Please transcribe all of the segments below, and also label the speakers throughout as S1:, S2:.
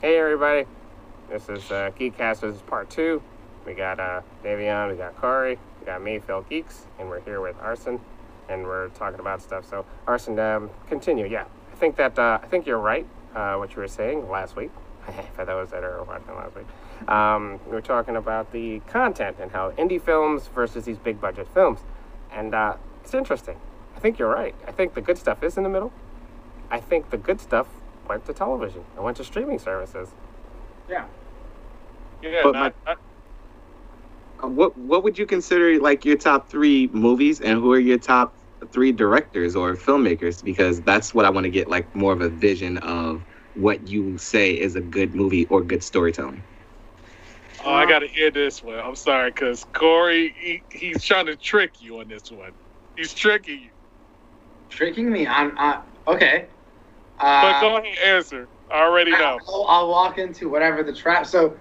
S1: Hey everybody, this is uh, Geekcast. This is part two. We got uh, Davion, we got Corey, we got me, Phil Geeks, and we're here with Arson, and we're talking about stuff. So Arson, um, continue. Yeah, I think that uh, I think you're right. Uh, what you were saying last week. For those that are watching last week, um, we were talking about the content and how indie films versus these big budget films, and uh, it's interesting. I think you're right. I think the good stuff is in the middle. I think the good stuff went to television. It went to streaming services.
S2: Yeah.
S3: Yeah,
S4: But
S3: not, not-
S4: Uh, What What would you consider like your top three movies, and who are your top three directors or filmmakers? Because that's what I want to get like more of a vision of what you say is a good movie or good storytelling.
S3: oh, I gotta hear this one. I'm sorry, cause Corey, he, he's trying to trick you on this one. He's tricking you.
S2: Tricking me? I'm. I, okay.
S3: But
S2: Uh,
S3: go ahead, and answer. I already know.
S2: I'll, I'll walk into whatever the trap. So,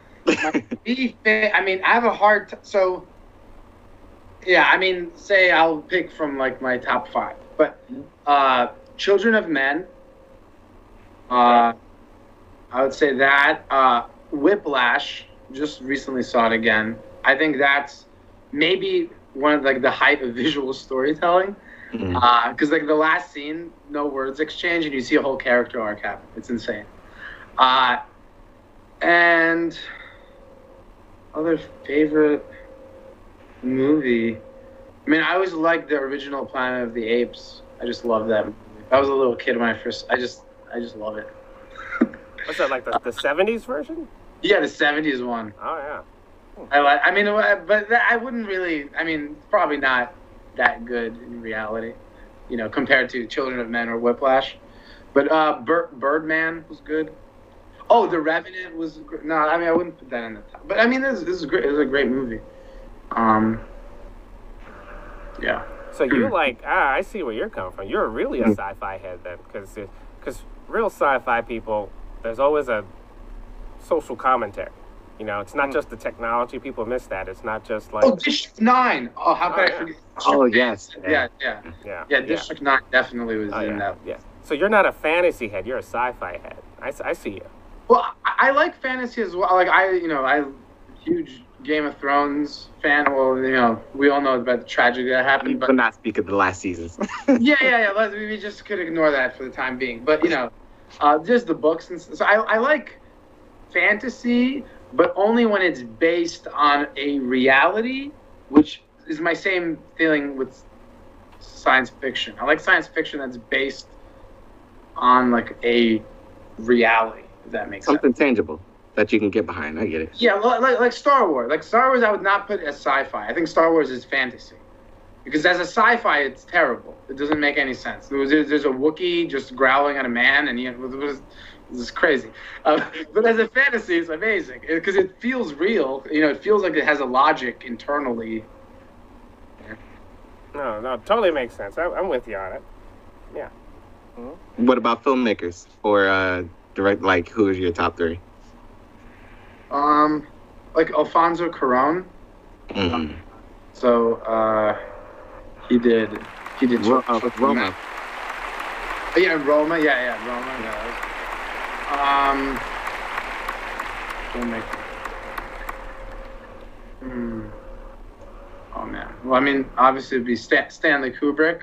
S2: be fit. I mean, I have a hard. T- so, yeah. I mean, say I'll pick from like my top five, but uh, Children of Men. Uh, I would say that uh, Whiplash. Just recently saw it again. I think that's maybe one of like the hype of visual storytelling. Mm-hmm.
S4: Mhm.
S2: because Uh, like the last scene, no words exchange, and you see a whole character arc happen. It's insane. Uh, and other favorite movie. I mean, I always liked the original Planet of the Apes. I just love that. Movie. I was a little kid when I first. I just, I just love it.
S1: What's that like the, the '70s version?
S2: Yeah, the '70s one.
S1: Oh yeah.
S2: I like. I mean, uh, but that, I wouldn't really. I mean, it's probably not that good in reality, you know, compared to Children of Men or Whiplash. But uh, Bir- Birdman was good. Oh, The Revenant was gr- no. I mean, I wouldn't put that in the top. But I mean, this, this is great. It's a great movie. Um. Yeah.
S1: So you
S2: Hmm.
S1: like ah, I see where you're coming from. You're really a sci-fi head then, because because real sci-fi people, there's always a social commentary. You know, it's not just the technology. People miss that. It's not just like
S2: Hmm. Oh, District Nine. Oh, how could
S1: Oh, yeah.
S2: I forget?
S4: Oh yes,
S2: Yeah, yeah,
S1: yeah,
S2: yeah. District Nine definitely was
S1: Oh,
S2: in that.
S1: yeah, yeah. So you're not a fantasy head. You're a sci-fi head. I, s- I see you.
S2: Well, I, I like fantasy as well. Like I, you know, I huge Game of Thrones fan. Well, you know, we all know about the tragedy that happened,
S4: but
S2: but
S4: not speak of the last seasons.
S2: yeah, yeah, yeah. Let's, we just could ignore that for the time being. But you know, uh, just the books and s- so I, I like fantasy, but only when it's based on a reality, which is my same feeling with science fiction. I like science fiction that's based on like a reality. If that makes sense.
S4: Something tangible that you can get behind. I get it.
S2: Yeah, li- like, like Star Wars. Like Star Wars, I would not put as sci-fi. I think Star Wars is fantasy, because as a sci-fi, it's terrible. It doesn't make any sense. There was, there's a Wookiee just growling at a man, and you know, it was, this is crazy. Uh, but as a fantasy, it's amazing because it feels real. You know, it feels like it has a logic internally.
S1: No, no, totally makes sense. I, I'm with you on it.
S4: What about filmmakers or uh, direct? Like, who is your top three?
S2: Um, like Alfonso Cuarón.
S4: Mm.
S2: So uh, he did. He did.
S4: Ro- uh, Roma.
S2: Yeah, Roma. Yeah, yeah, Roma. Yeah. Um. Don't make. Hmm. Oh man. Well, I mean, obviously it'd be Stan- Stanley Kubrick.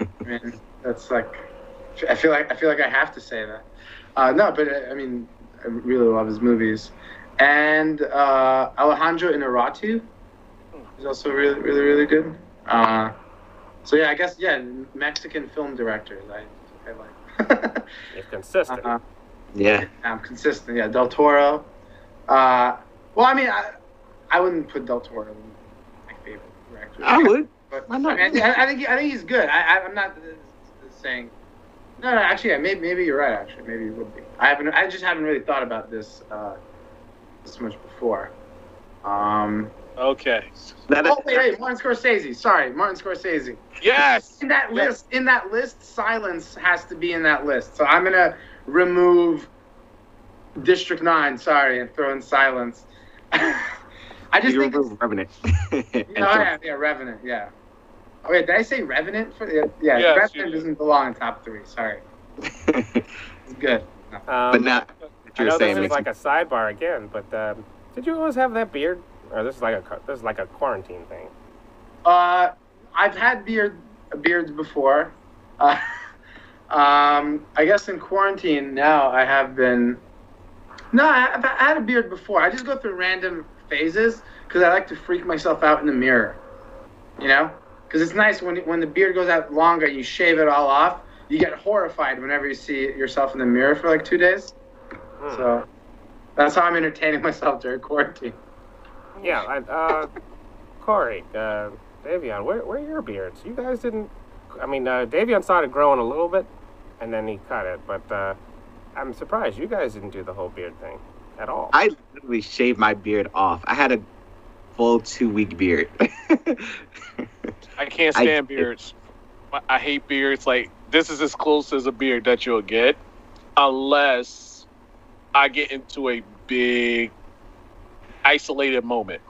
S2: I mean, that's like. I feel like I feel like I have to say that. Uh, no, but uh, I mean, I really love his movies, and uh, Alejandro Inarritu is also really, really, really good. Uh, so yeah, I guess yeah, Mexican film directors. I, I like.
S1: It's consistent.
S2: uh,
S4: Yeah.
S2: I'm Um, consistent. Yeah, Del Toro. Uh, well, I mean, I, I wouldn't put Del Toro in my favorite director.
S4: I would.
S2: But,
S4: Why not?
S2: I, mean, I, I think I think he's good. I, I I'm not uh, saying. No, no, actually, yeah, maybe maybe you're right. Actually, maybe you would be. I haven't. I just haven't really thought about this uh, this much before. Um,
S3: Okay.
S4: That-
S2: oh wait, wait, Martin Scorsese. Sorry, Martin Scorsese.
S3: Yes.
S2: In that list, in that list, silence has to be in that list. So I'm gonna remove District Nine. Sorry, and throw in silence. I just
S4: you
S2: think.
S4: remove Revenant.
S2: Oh yeah, yeah, Revenant. Yeah. Oh wait, did I say Revenant? For yeah, yeah
S3: Yes, you
S2: Revenant
S3: did.
S2: doesn't belong in top three. Sorry,
S4: And-
S2: it's good.
S1: um,
S4: but now
S1: I
S4: you're
S1: know
S4: saying
S1: this is
S4: makes
S1: like a sidebar again, but um, did you always have that beard? Or this is like a cu- this is like a quarantine thing.
S2: Uh, I've had beard beards before. Uh, um, I guess in quarantine now I have been. No, I, I've I had a beard before. I just go through random phases because I like to freak myself out in the mirror. You know, because it's nice when when the beard goes out longer, you shave it all off. You get horrified whenever you see yourself in the mirror for like two days.
S1: Hmm.
S2: So that's how I'm entertaining myself during quarantine.
S1: Yeah, I, uh, Corey, uh, Davion, where, where are your beards? You guys didn't. I mean, uh, Davion started growing a little bit, and then he cut it. But uh, I'm surprised you guys didn't do the whole beard thing at all.
S4: I literally shaved my beard off. I had a full two week beard.
S3: I can't
S4: I-
S3: stand beards. I, I hate beards. Like this is as close as a beard that you'll get, unless I get into a big isolated moment.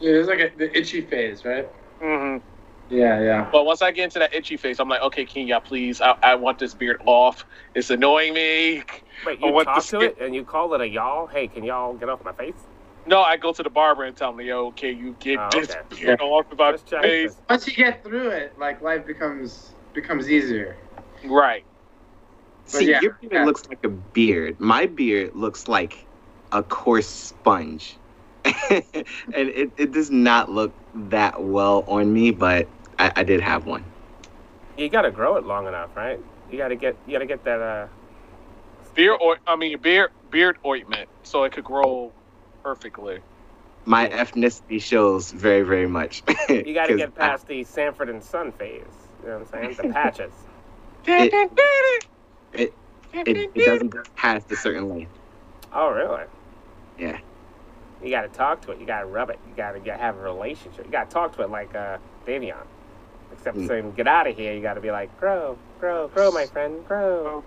S2: Yeah, there's like a, the itchy phase, right?
S3: Mm-hmm.
S2: Yeah, yeah.
S3: But once I get into that itchy face, I'm like, okay, can y'all please? I, I want this beard off. It's annoying me.
S1: Wait,
S3: I
S1: you
S3: want the
S1: talk to
S3: skin-
S1: it and you call it a y'all. Hey, can y'all get off my face?
S3: No, I go to the barber and tell him, yo, can you get
S1: Oh,
S3: this
S1: okay.
S3: beard off of my
S1: Let's check
S3: face?
S1: this.
S2: once you get through it, like life becomes becomes easier.
S3: Right.
S4: See,
S2: yeah,
S4: your beard
S2: yeah.
S4: looks like a beard. My beard looks like a coarse sponge. and it, it does not look that well on me, but I, I did have one.
S1: You gotta grow it long enough, right? You gotta get you gotta get that. Uh,
S3: Beard or I mean beard beard ointment, so it could grow perfectly.
S4: My ethnicity shows very, very much.
S1: you gotta get past the Sanford and Son phase. You know what I'm saying? The patches.
S4: It- it- it, it doesn't go past a certain length.
S1: Oh, really?
S4: Yeah.
S1: You gotta talk to it. You gotta rub it. You gotta get, have a relationship. You gotta talk to it like uh, Davion. Except
S4: Mm.
S1: saying, get out of here, you gotta be like, grow, grow, grow, my friend, grow.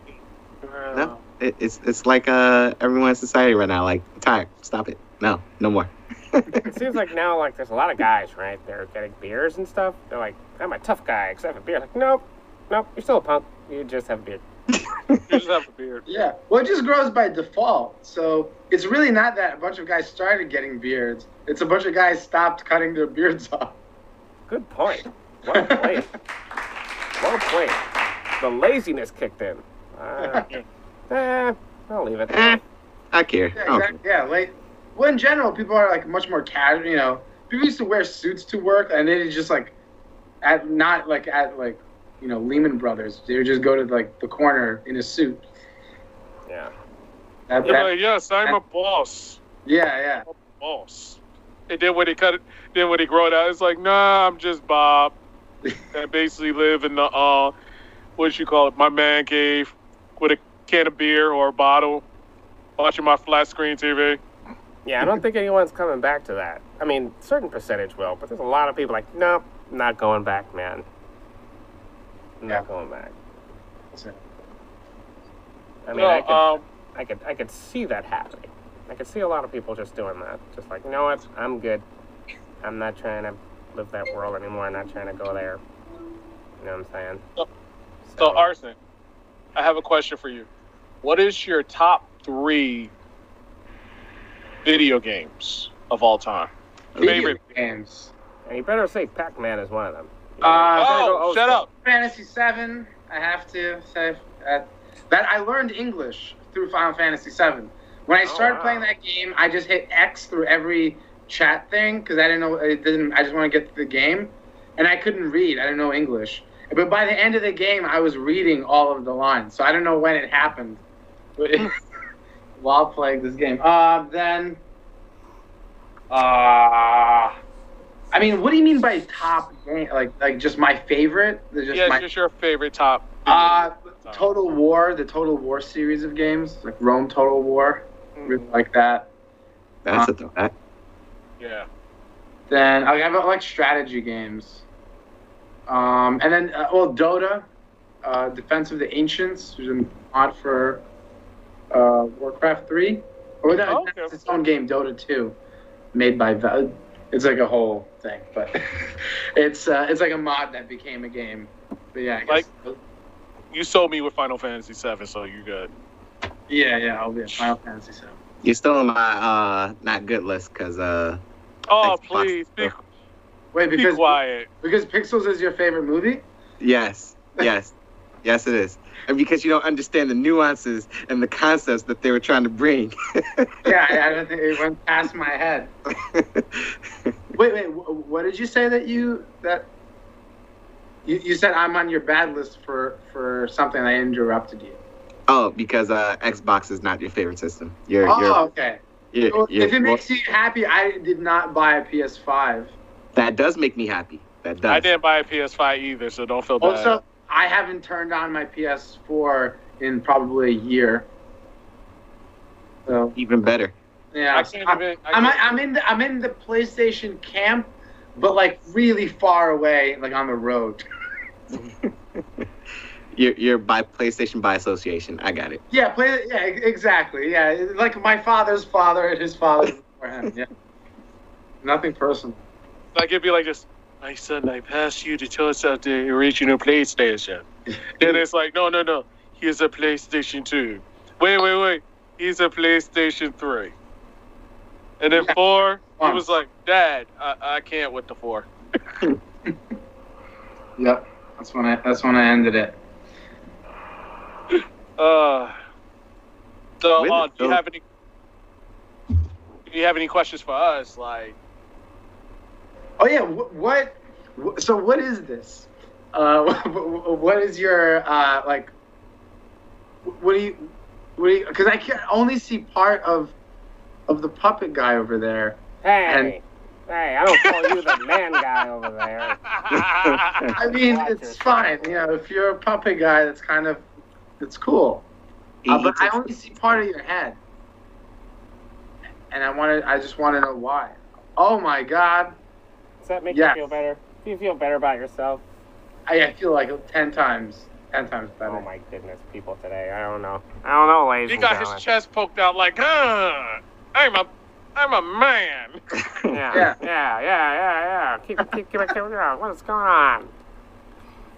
S4: No, it, it's it's like uh everyone in society right now. Like, tired. Stop it. No, no more.
S1: it seems like now, like, there's a lot of guys, right? They're getting beers and stuff. They're like, I'm a tough guy, except for beer. Like, nope, nope, you're still a punk. You just have a beard.
S3: You just have a beard.
S2: Yeah. Well, it just grows by default. So it's really not that a bunch of guys started getting beards. It's a bunch of guys stopped cutting their beards off.
S1: Good point. Well played. well played. The laziness kicked in. Uh, eh, I'll leave it.
S4: Eh, I care. I
S2: Yeah,
S4: don't
S2: exactly. Yeah, like well, in general, people are like much more casual. You know, people used to wear suits to work, and they just like at not like at like you know Lehman Brothers. They would just go to like the corner in a suit.
S1: Yeah.
S2: That-
S3: You're
S2: that-
S3: like, yes, I'm a boss.
S2: yeah, yeah.
S3: Boss. And then when they cut it then when they grow it out, it's like, nah, I'm just Bob. that basically live in the uh what you call it, my man cave with a can of beer or a bottle, watching my flat screen TV.
S1: Yeah, I don't think anyone's coming back to that. I mean, certain percentage will, but there's a lot of people like, nope, not going back, man. Not
S2: Yeah.
S1: going back.
S2: So-
S1: I mean,
S3: No,
S1: I, could,
S3: um
S1: I could, I could see that happening. I could see a lot of people just doing that, just like, you know what, I'm good. I'm not trying to live that world anymore. I'm not trying to go there. You know what I'm saying?
S3: So- So, Arson, I have a question for you. What is your top three video games of all time?
S4: Video
S3: Favorite.
S2: games.
S1: and you better say Pac-Man is one of them.
S2: Uh,
S3: Oh, shut up.
S2: Fantasy Seven. I have to say uh, that I learned English through Final Fantasy Seven. When I
S1: Oh,
S2: started
S1: wow.
S2: playing that game, I just hit X through every chat thing because I didn't know it didn't. I just want to get through the game, and I couldn't read. I didn't know English. But by the end of the game, I was reading all of the lines. So I don't know when it happened, but while playing this game. Uh, then.
S3: oh.
S2: Uh,
S3: Ah.
S2: I mean, what do you mean by top game? Like, like just my favorite? They're Just
S3: Yes,
S2: my,
S3: just your favorite top. video
S2: uh,
S3: game of all time.
S2: Total War, the Total War series of games, like Rome Total War, really like that.
S4: That's a throwback.
S3: Yeah.
S2: Then I have like strategy games, um, and then uh, well Dota, uh, Defense of the Ancients, which is an mod for uh, Warcraft three, or that,
S3: Oh, okay.
S2: that's its own game, Dota two, made by Val- it's like a whole thing, but it's uh, it's like a mod that became a game. But yeah, I guess
S3: You sold me with Final Fantasy VII, so you're good.
S2: Yeah, yeah, I'll be at Final Fantasy Seven.
S4: You're still on my uh not good list because uh
S3: Oh,
S4: Xbox
S3: please be,
S4: stuff.
S2: Wait,
S3: be
S2: because
S3: quiet.
S2: because Pixels is your favorite movie?
S4: yes yes yes it is and because you don't understand the nuances and the concepts that they were trying to bring.
S2: Yeah, I, I don't think it went past my head. Wait, wait, wh- what did you say that you that you, you said I'm on your bad list for for something I interrupted you?
S4: oh, because uh Xbox is not your favorite system. You're
S2: Oh, okay.
S4: you're, you're,
S2: Well,
S4: you're
S2: if it makes you happy, I did not buy a PS5.
S4: that does make me happy. That does.
S3: I didn't buy a PS5 either, so don't feel bad.
S2: Also, I haven't turned on my PS4 in probably a year. So
S4: Even better.
S2: yeah,
S3: I can't
S2: I'm-
S3: even. I
S2: I'm,
S3: can't-
S2: I'm in the I'm in the PlayStation camp, but like really far away, like on the road.
S4: You're you're by PlayStation by association. I got it.
S2: Yeah, play. Yeah, e- exactly. Yeah, like my father's father and his father before him. Yeah, nothing personal.
S3: Like it'd be like this. My son, I pass you the choice of the original PlayStation. then it's like, no, no, no. Here's a PlayStation 2. Wait, wait, wait. He's a PlayStation 3. And then 4, he
S2: Fun.
S3: was like, Dad, I, I can't with the 4.
S2: Yep, that's when I that's when I ended it.
S3: Uh, so,
S4: With
S3: uh,
S4: it,
S3: do you
S4: though.
S3: have any? Do you have any questions for us? Like,
S2: Oh yeah, wh- what? wh- So what is this? Uh, wh- wh- what is your uh, like? wh- What do you? What do you? Because I can only see part of of the puppet guy over there.
S1: Hey, hey, I don't call you the man guy over there.
S2: I mean,
S1: Watch
S2: it's
S1: it.
S2: fine. You know, if you're a puppet guy, that's kind of it's cool.
S4: He-
S2: Uh,
S4: he
S2: but I
S4: takes-
S2: only see part of your head, and I wanted. I just want to know why. Oh my god!
S1: Does that make
S2: Yeah.
S1: you feel better? Do you feel better about yourself?
S2: I, I feel like ten times, ten times better.
S1: Oh my goodness, people today. I don't know. I don't know, ladies
S3: he
S1: and
S3: got
S1: gentlemen.
S3: his chest poked out. Like, huh? I'm a, I'm a man.
S1: Yeah, yeah,
S2: Yeah.
S1: yeah, yeah, yeah. Keep, keep, keep, keep, keep what is going on?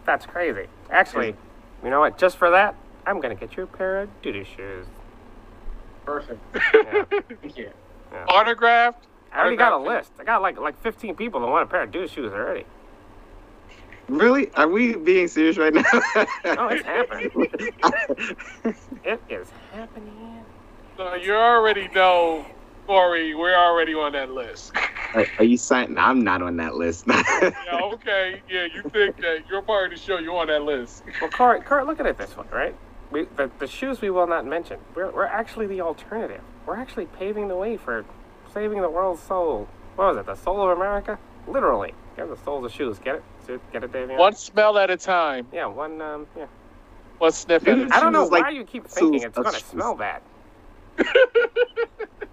S1: That's crazy. Actually, you know what? Just for that, I'm gonna get you a pair of duty shoes.
S2: Perfect.
S1: Yeah.
S2: Thank you.
S3: Autographed.
S1: I already got a list. I got like like 15 people that want a pair of duty shoes already.
S4: Really? Are we being serious right now?
S1: Oh, it's happening. It is happening.
S3: So you already know, Corey. We're already on that list.
S4: are, are you signing? I'm not on that list.
S3: yeah. Okay. Yeah. You think that you're part of the show? You're on that list.
S1: Well, Court, Court, look at it this way, right? We, the, the shoes we will not mention. We're, we're actually the alternative. We're actually paving the way for saving the world's soul. What was it? The soul of America? Literally. Yeah, the souls of shoes. Get it? See- Get it, Davion?
S3: One smell at a time.
S1: Yeah, one. Um, yeah.
S3: One sniff at a
S4: Dude,
S3: time.
S1: I don't know
S4: Shoes, like,
S1: why you keep thinking
S4: soles
S1: it's
S4: of
S1: gonna
S4: shoes.
S1: smell bad.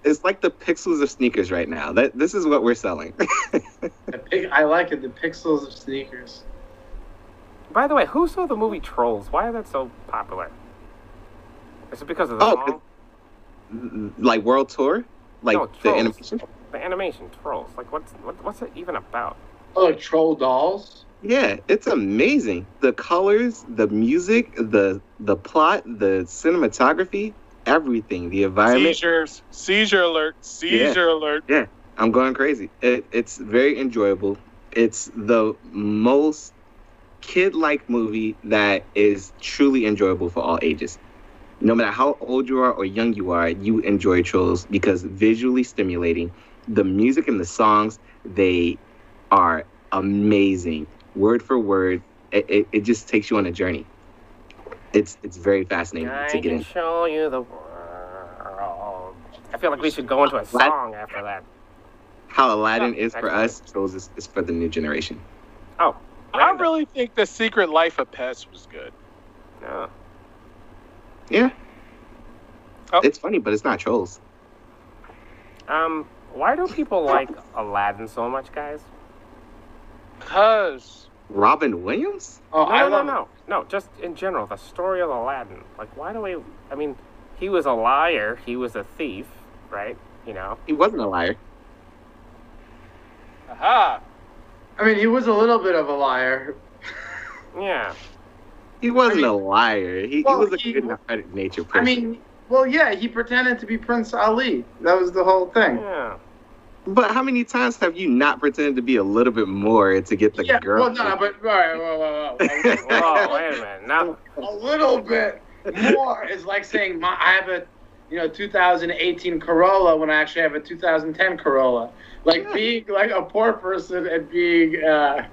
S4: it's like the pixels of sneakers right now. That this is what we're selling.
S2: The pic- I like it. The pixels of sneakers.
S1: By the way, who saw the movie Trolls? Why is that so popular? Is it because of the
S4: Oh,
S1: song?
S4: like World Tour, like
S1: No,
S4: the
S1: Trolls.
S4: animation.
S1: The animation Trolls. Like, what's what, what's it even about?
S2: Oh, like troll dolls.
S4: Yeah, it's amazing. The colors, the music, the the plot, the cinematography, everything, the environment.
S3: Seizures. Seizure alert. Seizure alert.
S4: I'm going crazy. It, it's very enjoyable. It's the most kid-like movie that is truly enjoyable for all ages. No matter how old you are or young you are, you enjoy Trolls because visually stimulating. The music and the songs, they are amazing. Word for word, it, it, it just takes you on a journey. It's it's very fascinating
S1: I
S4: to get
S1: can
S4: in.
S1: show you the world. I feel like we should go into a song after that.
S4: How Aladdin is for
S1: Excellent.
S4: us, Trolls is, is for the new generation.
S1: Oh,
S3: I really think the Secret Life of Pets was good.
S1: no.
S4: Yeah.
S3: Oh.
S4: It's funny, but it's not trolls.
S1: Um, why do people like Aladdin so much, guys?
S3: Cause
S4: Robin Williams?
S2: Oh,
S1: No,
S2: I
S1: no, no,
S2: love.
S1: no, no. Just in general, the story of Aladdin. Like, why do we? I mean, he was a liar. He was a thief, right? You know.
S4: He wasn't a liar.
S3: aha.
S2: I mean, he was a little bit of a liar.
S1: Yeah.
S4: He wasn't
S2: I
S4: a liar. He,
S2: well,
S4: he was a
S2: he-
S4: good, and credit nature person.
S2: I mean, Well, yeah, he pretended to be Prince Ali. That was the whole thing.
S1: Yeah.
S4: But how many times have you not pretended to be a little bit more to get the
S2: yeah,
S4: girl?
S2: well, no, but all right, whoa, whoa, whoa, whoa.
S1: Whoa, wait a minute. Now,
S2: a little bit more is like saying my, I have a you know 2018 Corolla when I actually have a 2010 Corolla. Like
S4: Yeah.
S2: being like a poor person and being uh,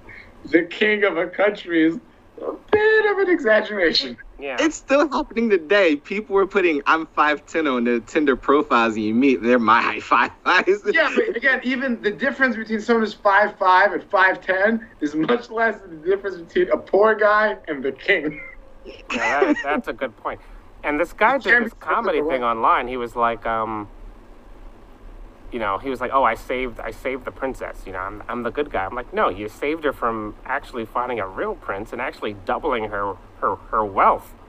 S2: the king of a country is a bit of an exaggeration.
S1: yeah.
S4: It's still happening today. People were putting "I'm 5'10" on their Tinder profiles, and you meet they're my high five eyes.
S2: Yeah, but again, even the difference between someone who's five five and five ten is much less than the difference between a poor guy and the king.
S1: Yeah, that, that's a good point. And this guy did
S2: Jeremy
S1: this comedy
S2: Piven, right?
S1: thing online. He was like, um, you know, he was like, "Oh, I saved, I saved the princess. You know, I'm, I'm the good guy." I'm like, "No, you saved her from actually finding a real prince and actually doubling her, her, her wealth."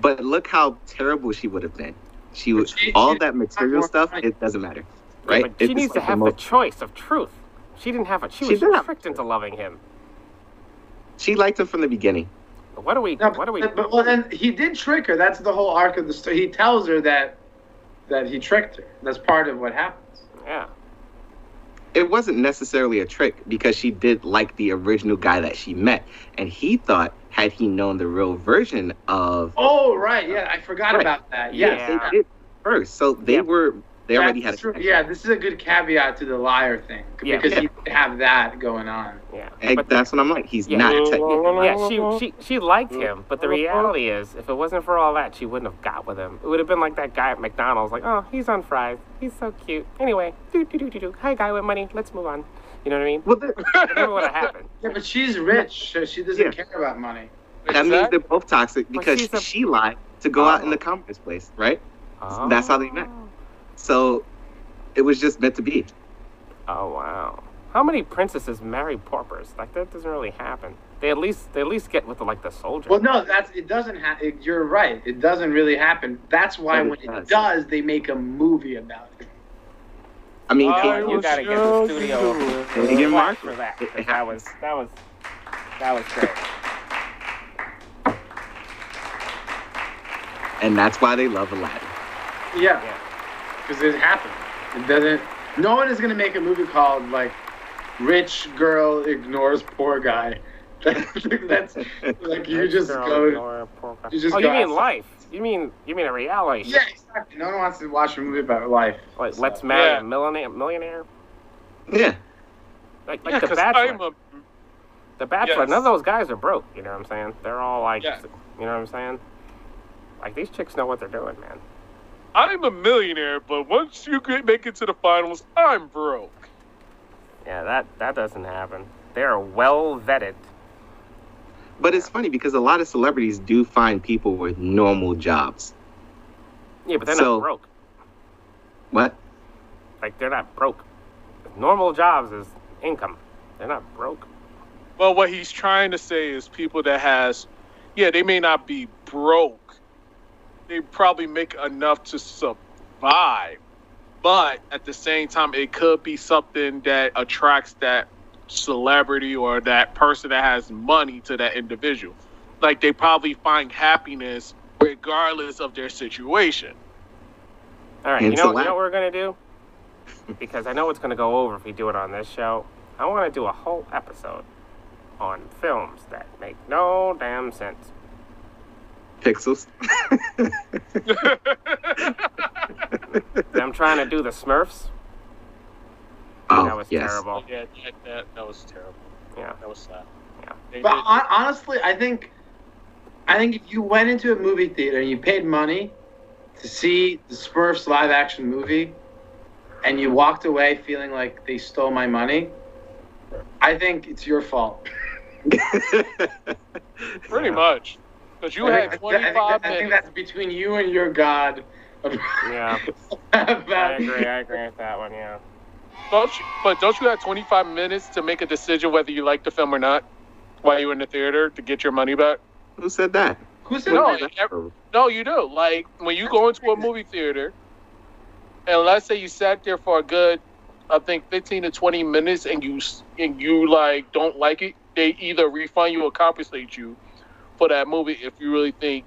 S4: But look how terrible she would have been. She
S2: But
S4: would
S2: she-
S4: all
S2: she-
S4: that material
S2: more
S4: stuff.
S2: money.
S4: It doesn't matter, right?
S1: But she
S4: It's
S1: needs to
S4: like the
S1: have the
S4: most-
S1: choice of truth. She didn't have it. She
S4: She
S1: was
S4: did have
S1: tricked into loving him.
S4: she liked him from the beginning.
S1: But what do we?
S2: No,
S1: what do we?
S2: But, but well, then he did trick her. That's the whole arc of the story. He tells her that that he tricked her. That's part of what happens.
S1: yeah.
S4: It wasn't necessarily a trick because she did like the original guy that she met, and he thought had he known the real version of
S2: Oh right, yeah, I forgot
S4: Right.
S2: about that.
S1: Yeah.
S2: Yes,
S4: yes, they did first. So they
S1: Yeah.
S4: were they already had a
S2: That's true.
S4: connection.
S2: Yeah, this is a good caveat to the liar thing
S1: Yeah.
S2: because
S4: Yeah.
S2: he did have that going on.
S1: Yeah.
S4: And
S1: But-
S4: that's what I'm like. He's
S1: Yeah.
S4: not. a tech-
S1: Yeah, she, she she liked him, but the reality is, if it wasn't for all that, she wouldn't have got with him. It would have been like that guy at McDonald's, like, oh, he's on fries, he's so cute. Anyway, do do do do do. Hi, guy with money, let's move on. You know what I mean?
S4: Well, that,
S1: Never would have happened.
S2: Yeah, but she's rich, so she doesn't
S4: Yeah.
S2: care about money.
S4: that means they're both toxic
S1: But
S4: because
S1: she's a-
S4: she lied to go out in the commerce place, right?
S1: Oh.
S4: That's how they met. So it was just meant to be.
S1: Oh wow. How many princesses marry paupers? Like that doesn't really happen. They at least they at least get with like the soldier.
S2: Well, no, that's it. Doesn't happen. You're right. It doesn't really happen. That's why
S4: But it
S2: when it does.
S4: does.
S2: they make a movie about it.
S4: I mean,
S3: I
S1: you
S4: they-
S3: will
S1: gotta get the
S3: show
S1: studio.
S3: you.
S1: It was
S4: Megan
S1: a
S4: Markle.
S1: flash for that.
S4: It- it
S1: That was that was that was great.
S4: and that's why they love Aladdin.
S2: Yeah,
S1: Yeah.
S2: because it happened. It doesn't. No one is gonna make a movie called like "Rich Girl Ignores Poor Guy." that's like you
S1: Rich
S2: just
S1: girl,
S2: go.
S1: ignore pauper.
S2: you just
S1: oh, you
S2: go
S1: mean
S2: outside.
S1: life? You mean you mean a reality?
S2: Yeah, exactly. No one wants to watch a movie about life.
S1: Like, let's marry
S3: Yeah.
S1: a millionaire. Millionaire,
S4: Yeah.
S1: like, like
S3: Yeah,
S1: the
S3: 'cause
S1: Bachelor.
S3: I'm a
S1: the Bachelor.
S3: yes.
S1: None of those guys are broke. You know what I'm saying? They're all like,
S3: Yeah.
S1: you know what I'm saying? Like these chicks know what they're doing, man.
S3: I'm a millionaire, but once you get- make it to the finals, I'm broke.
S1: Yeah, that that doesn't happen. They are well vetted.
S4: But it's funny because a lot of celebrities do find people with normal jobs.
S1: Yeah, but they're
S4: So-
S1: not broke.
S4: What?
S1: Like they're not broke. Normal jobs is income. They're not broke.
S3: Well, what he's trying to say is people that has, yeah, they may not be broke. They probably make enough to survive, but at the same time, it could be something that attracts that celebrity or that person that has money to that individual. Like they probably find happiness regardless of their situation.
S1: All right,
S4: And
S1: you know,
S4: so
S1: you know
S4: what-
S1: what we're gonna do? Because I know it's gonna go over if we do it on this show. I want to do a whole episode on films that make no damn sense.
S4: Pixels?
S1: I'm trying to do the Smurfs.
S4: Oh,
S1: that was
S4: yes.
S1: terrible.
S3: yeah, that, that, that was terrible.
S1: Yeah.
S3: That was sad.
S1: Yeah.
S3: They
S2: But
S3: did-
S2: hon- honestly, I think, I think if you went into a movie theater and you paid money to see the Smurfs live action movie, and you walked away feeling like they stole my money, I think it's your fault.
S3: Pretty
S1: Yeah.
S3: much. Because you
S2: I
S3: had
S2: think- I think,
S3: 25
S2: I think
S3: minutes.
S2: that's between you and your God.
S1: Yeah, I
S2: about-
S1: agree. I agree with that one. Yeah.
S3: Don't you, but don't you have 25 minutes to make a decision whether you like the film or not while you were in the theater to get your money back?
S4: Who said that?
S2: Who said
S3: No,
S2: that?
S3: like, ev- no, you do. Like, when you go into a movie theater, and let's say you sat there for a good, I think, 15 to 20 minutes and you, s- and you like, don't like it, they either refund you or compensate you for that movie if you really think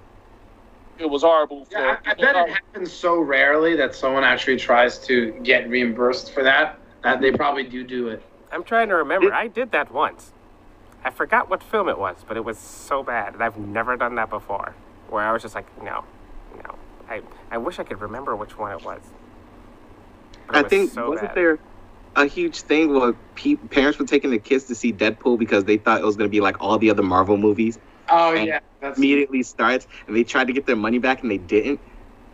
S3: it was horrible. For,
S2: Yeah, I, I bet it happens so rarely that someone actually tries to get reimbursed for that. That they probably do do it.
S1: I'm trying to remember. I did that once. I forgot what film it was, but it was so bad, and I've never done that before. Where I was just like, no, no. I I wish I could remember which one it was. But it
S4: I
S1: was
S4: think
S1: so
S4: wasn't
S1: bad.
S4: there a huge thing where pe- parents were taking their kids to see Deadpool because they thought it was going to be like all the other Marvel movies.
S2: Oh
S4: And
S2: yeah, that's
S4: Immediately starts, and they tried to get their money back, and they didn't.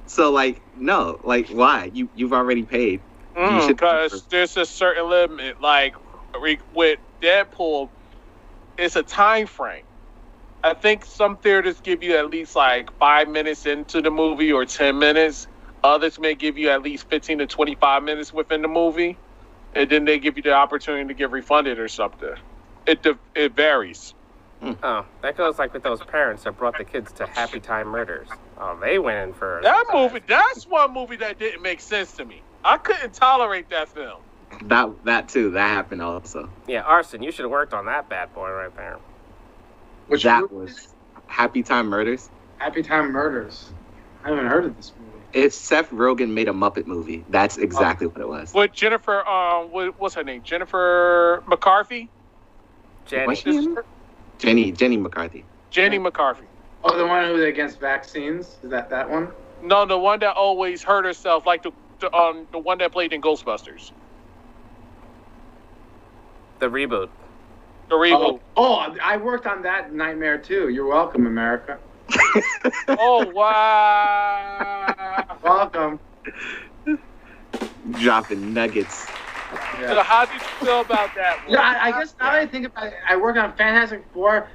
S4: So like, no, like why? You you've already paid. You should-
S3: Mm, because there's a certain limit. Like re- with Deadpool, it's a time frame. I think some theaters give you at least like five minutes into the movie or ten minutes. Others may give you at least fifteen to twenty-five minutes within the movie, and then they give you the opportunity to get refunded or something. It de- it varies.
S1: Oh, that goes like with those parents that brought the kids to Happy Time Murders. Oh, they went in for
S3: That movie, that's one movie that didn't make sense to me. I couldn't tolerate that film.
S4: That that too. That happened also.
S1: Yeah, arson. You should have worked on that bad boy right there.
S2: which
S4: that
S2: movie
S4: was
S2: is it?
S4: Happy Time Murders.
S2: Happy Time Murders. I haven't heard of this movie.
S4: If Seth Rogen made a Muppet movie, that's
S1: Oh.
S4: exactly what it was.
S3: With Jennifer, um, what, what's her name? Jennifer McCarthy.
S1: Jenny.
S4: Was she in it? Jenny Jenny McCarthy.
S3: Jenny McCarthy.
S2: Oh, the one who's against vaccines. Is that that one?
S3: No, the one that always hurt herself, like the, the um the one that played in Ghostbusters.
S1: The reboot.
S3: The reboot.
S2: Oh, oh, I worked on that nightmare too. You're welcome, America.
S3: Oh, wow.
S2: Welcome.
S4: Dropping nuggets.
S3: so
S2: Yeah,
S3: how did you feel about that? one?
S2: yeah I, I guess now that I think about it, I worked on Fantastic Four,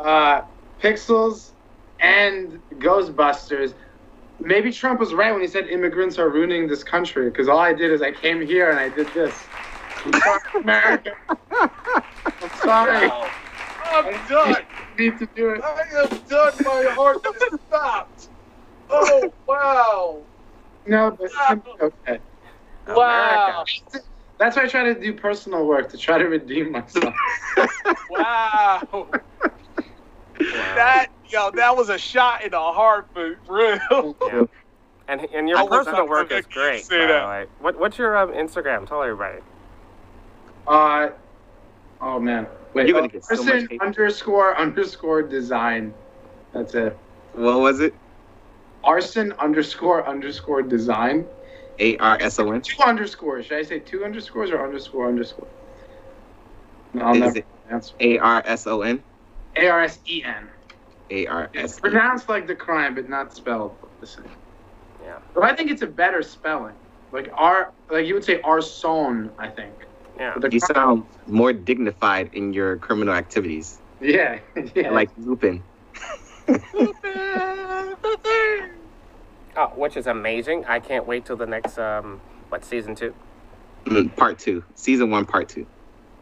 S2: uh, Pixels, and Ghostbusters. Maybe Trump was right when he said immigrants are ruining this country because all I did is I came here and I did this. I'm sorry, America. I'm sorry.
S3: Wow. I'm done.
S2: need to do it.
S3: I am done. My heart just stopped. Oh wow.
S2: No, but okay.
S3: Wow.
S2: That's why I try to do personal work to try to redeem myself.
S3: Wow. That yo, that was a shot in the heart for real.
S1: Yeah. And, and your
S3: I was
S1: personal
S3: not
S1: work is
S3: gonna
S1: great.
S3: say
S1: by the
S3: that.
S1: way. What, what's your um, Instagram? Tell everybody.
S2: Uh, oh man, wait.
S4: You're gonna
S2: oh,
S4: get so
S2: person
S4: much hate.
S2: underscore underscore design. That's it.
S4: What was it?
S2: Arson underscore underscore design.
S4: A R S O N.
S2: Two underscores. Should I say two underscores or underscore underscore? No, I'll
S4: Is
S2: never
S4: it-
S2: answer.
S4: A R S O N.
S2: A R S E N.
S4: A R
S2: It's
S4: S. E
S2: pronounced like the crime, but not spelled the same.
S1: Yeah.
S2: But I think it's a better spelling. Like R, like you would say arson. I think.
S1: Yeah.
S2: But the
S4: You
S2: crime-
S4: sound more dignified in your criminal activities,
S2: Yeah, yeah.
S4: like Lupin.
S1: Oh, which is amazing. I can't wait till the next, um, what, season two?
S4: Mm, Part two, season one, part two.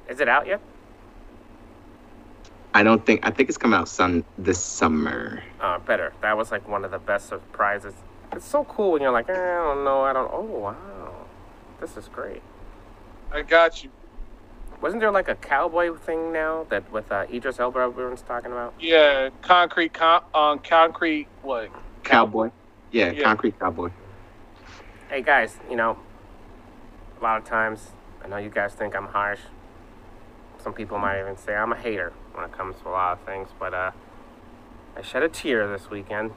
S1: Is it out yet?
S4: I don't think. I think it's coming out some this summer.
S1: Uh, better. That was like one of the best surprises. It's so cool when you're like, eh, I don't know, I don't. Oh wow, this is great.
S3: I got you.
S1: Wasn't there like a cowboy thing now that with uh, Idris Elba everyone's talking about?
S3: Yeah, concrete, con- um, concrete, what?
S4: Cowboy. Yeah,
S3: Yeah.
S4: Concrete Cowboy.
S1: Hey guys, you know, a lot of times I know you guys think I'm harsh. Some people might even say I'm a hater when it comes to a lot of things, but uh, I shed a tear this weekend,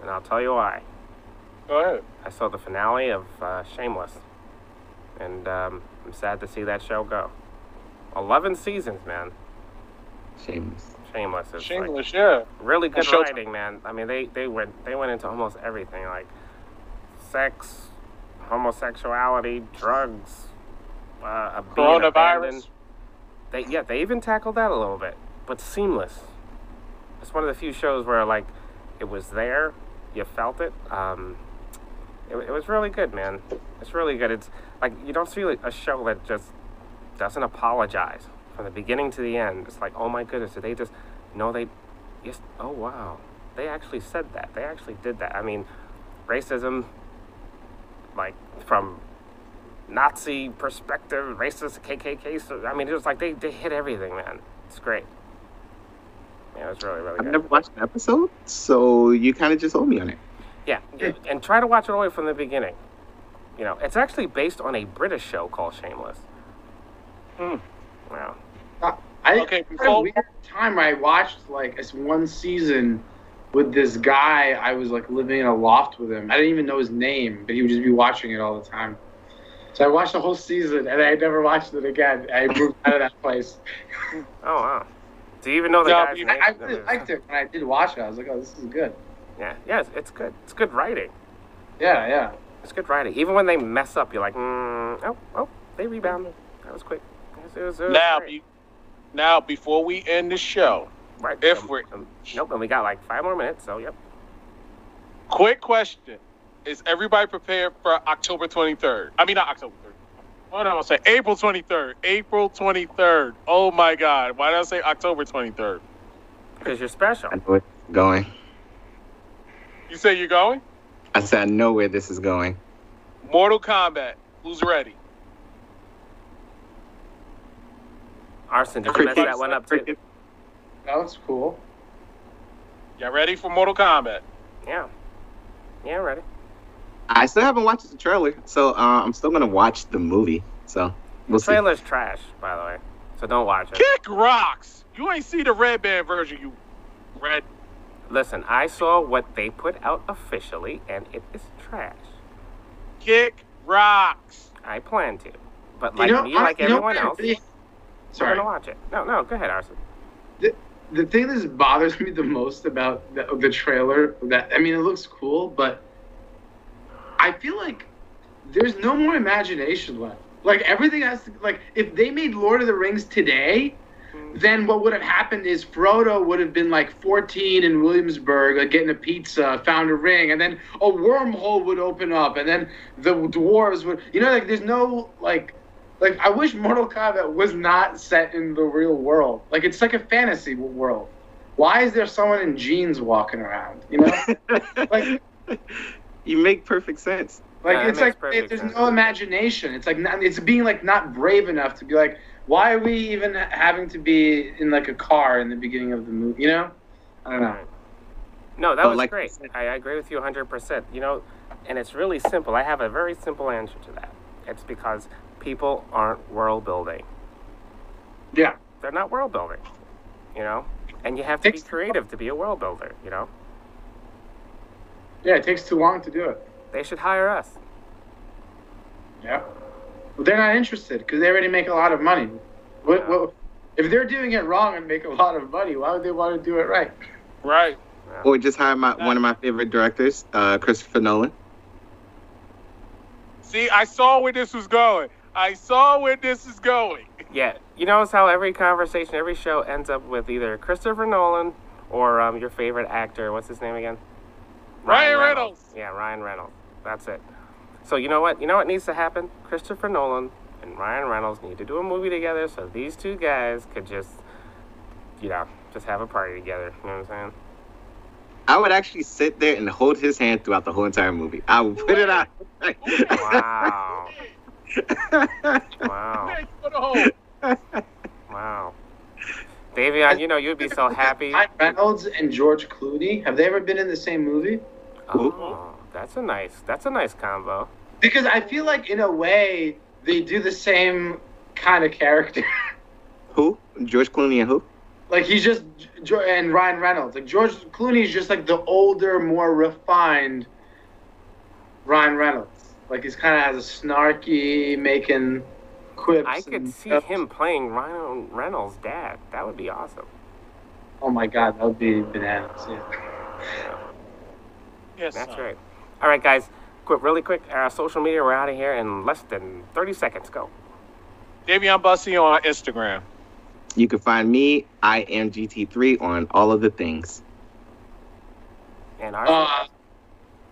S1: and I'll tell you why.
S3: Go ahead.
S1: I saw the finale of uh, Shameless, and um, I'm sad to see that show go. Eleven seasons, man.
S4: Shameless.
S1: Shameless is like
S3: Shameless, yeah.
S1: really good
S3: That show's-
S1: writing, man. I mean, they they went they went into almost everything, like sex, homosexuality, drugs, uh, being abandoned.
S3: Coronavirus.
S1: They yeah, they even tackled that a little bit, but seamless. It's one of the few shows where like it was there, you felt it. Um, it, it was really good, man. It's really good. It's like you don't see like, a show that just doesn't apologize from the beginning to the end. It's like oh my goodness, did they just no they yes oh wow they actually said that they actually did that. I mean, racism like from Nazi perspective, racist KKK. So, I mean, it was like they, they hit everything, man. It's great. Yeah, it was really, really
S4: I've
S1: good.
S4: never watched an episode, so you kind of just owe me on it.
S1: Yeah, dude, and try to watch it all the way from the beginning. You know, it's actually based on a British show called Shameless.
S3: Hmm.
S1: Wow.
S2: I
S3: Okay,
S2: I had a
S3: before-
S2: weird time I watched like this one season with this guy. I was like living in a loft with him. I didn't even know his name, but he would just be watching it all the time. So I watched the whole season, and I never watched it again. I moved out of that place.
S1: Oh wow. Do you even know the
S3: Yeah,
S1: guy's
S3: you-
S1: name?
S2: I, I really liked it when I did watch it. I was like, "Oh, this is good."
S1: Yeah, yeah, it's, it's good. It's good writing.
S2: Yeah, yeah.
S1: It's good writing. Even when they mess up, you're like, mm, oh, oh, they rebounded. That was quick. It was, it was, it was
S3: Now,
S1: great.
S3: be, now before we end the show,
S1: right?
S3: if
S1: um,
S3: we're-
S1: um, nope, and we got like five more minutes. So yep.
S3: quick question: Is everybody prepared for October 23rd? I mean, not October 3rd. What did I say? April 23rd. April 23rd. Oh my God! Why did I say October 23rd?
S1: Because you're special.
S4: I know where it's going.
S3: You say you're going?
S4: I said I know where this is going.
S3: Mortal Kombat. Who's ready?
S1: Arson, did you mess that one up too?
S4: Cricket.
S2: That was cool.
S3: Y'all ready for Mortal Kombat?
S1: Yeah. Yeah, ready.
S4: I still haven't watched the trailer, so uh, I'm still gonna watch the movie. So we'll
S1: The
S4: see.
S1: trailer's trash, by the way. So don't watch it.
S3: Kick rocks. You ain't see the red band version. You red.
S1: Listen, I saw what they put out officially, and it is trash.
S3: Kick rocks.
S1: I plan to, but like me, like
S2: you know
S1: everyone
S2: what
S1: else,
S2: really-
S1: we're
S2: Sorry.
S1: gonna watch it. No, no, go ahead, Arson.
S2: the thing that bothers me the most about the, the trailer that i mean it looks cool but i feel like there's no more imagination left like everything has to like if they made lord of the rings today then what would have happened is Frodo would have been like 14 in Williamsburg, like getting a pizza, found a ring, and then a wormhole would open up, and then the dwarves would, you know, like there's no like, like I wish Mortal Kombat was not set in the real world. Like it's like a fantasy world. Why is there someone in jeans walking around? You know, like
S4: you make perfect sense.
S2: like
S1: Yeah, that
S2: it's
S1: makes
S2: like
S1: perfect
S2: there's
S1: sense.
S2: no imagination. It's like not, it's being like not brave enough to be like, why are we even having to be in like a car in the beginning of the movie? You know, I don't know.
S1: No, that
S4: But
S1: was
S4: like-
S1: great. I, I agree with you 100%. You know, and it's really simple. I have a very simple answer to that. It's because people aren't world building.
S2: Yeah,
S1: They're not world building, you know? And you have to be creative to be a world builder, you know?
S2: yeah, it takes too long to do it.
S1: They should hire us.
S2: Yeah, but they're not interested because they already make a lot of money. What, what if they're doing it wrong and make a lot of money? Why would they want to do it right?
S3: Right.
S4: Or just hire my one of my favorite directors, uh, Christopher Nolan.
S3: See, I saw where this was going. I saw where this is going.
S1: Yeah, you notice how every conversation, every show ends up with either Christopher Nolan or um, your favorite actor. What's his name again?
S3: Ryan Reynolds.
S1: Yeah, Ryan Reynolds. That's it. So you know what? You know what needs to happen? Christopher Nolan and Ryan Reynolds need to do a movie together so these two guys could just, you know, just have a party together. You know what I'm saying?
S4: I would actually sit there and hold his hand throughout the whole entire movie. I would put it out.
S1: Wow. wow.
S3: Thanks for the whole.
S1: Wow. Davion, you know you'd be so happy.
S2: Ryan Reynolds and George Clooney have they ever been in the same movie?
S1: Oh, that's a nice. That's a nice combo.
S2: Because I feel like in a way they do the same kind of character.
S4: who? George Clooney and who?
S2: like he's just Jo- and Ryan Reynolds. Like George Clooney's just like the older, more refined Ryan Reynolds. Like he's kind of has a snarky making quips.
S1: I could
S2: and
S1: see
S2: stuff.
S1: him playing Ryan Reynolds' dad. That would be awesome.
S2: Oh my god, that would be bananas. Yeah.
S3: Yes,
S1: That's
S3: sir.
S1: right. All right, guys. Quick, really quick. Our social media. We're out of here in less than 30 seconds. Go.
S3: Davion Bussey on Instagram.
S4: You can find me, I am GT3 on all of the things.
S1: And our
S2: Uh,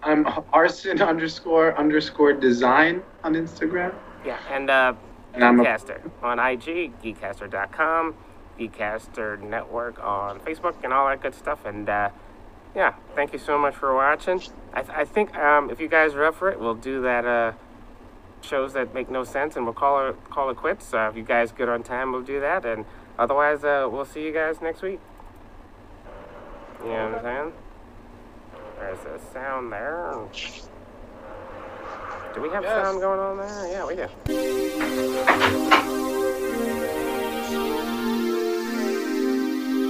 S2: I'm arson underscore underscore design on Instagram,
S1: yeah, and uh,
S2: and I'm a
S1: Geekcaster on IG, geekcaster.com, Geekcaster Network on Facebook, and all that good stuff. And uh, yeah, thank you so much for watching. I, th- I think um, if you guys are up for it, we'll do that. Uh, shows that make no sense, and we'll call it call it quits. Uh, if you guys get on time, we'll do that. And otherwise, uh, we'll see you guys next week. You know what I'm saying? There's a sound there. Do we have
S3: Yes.
S1: sound going on there? Yeah, we do.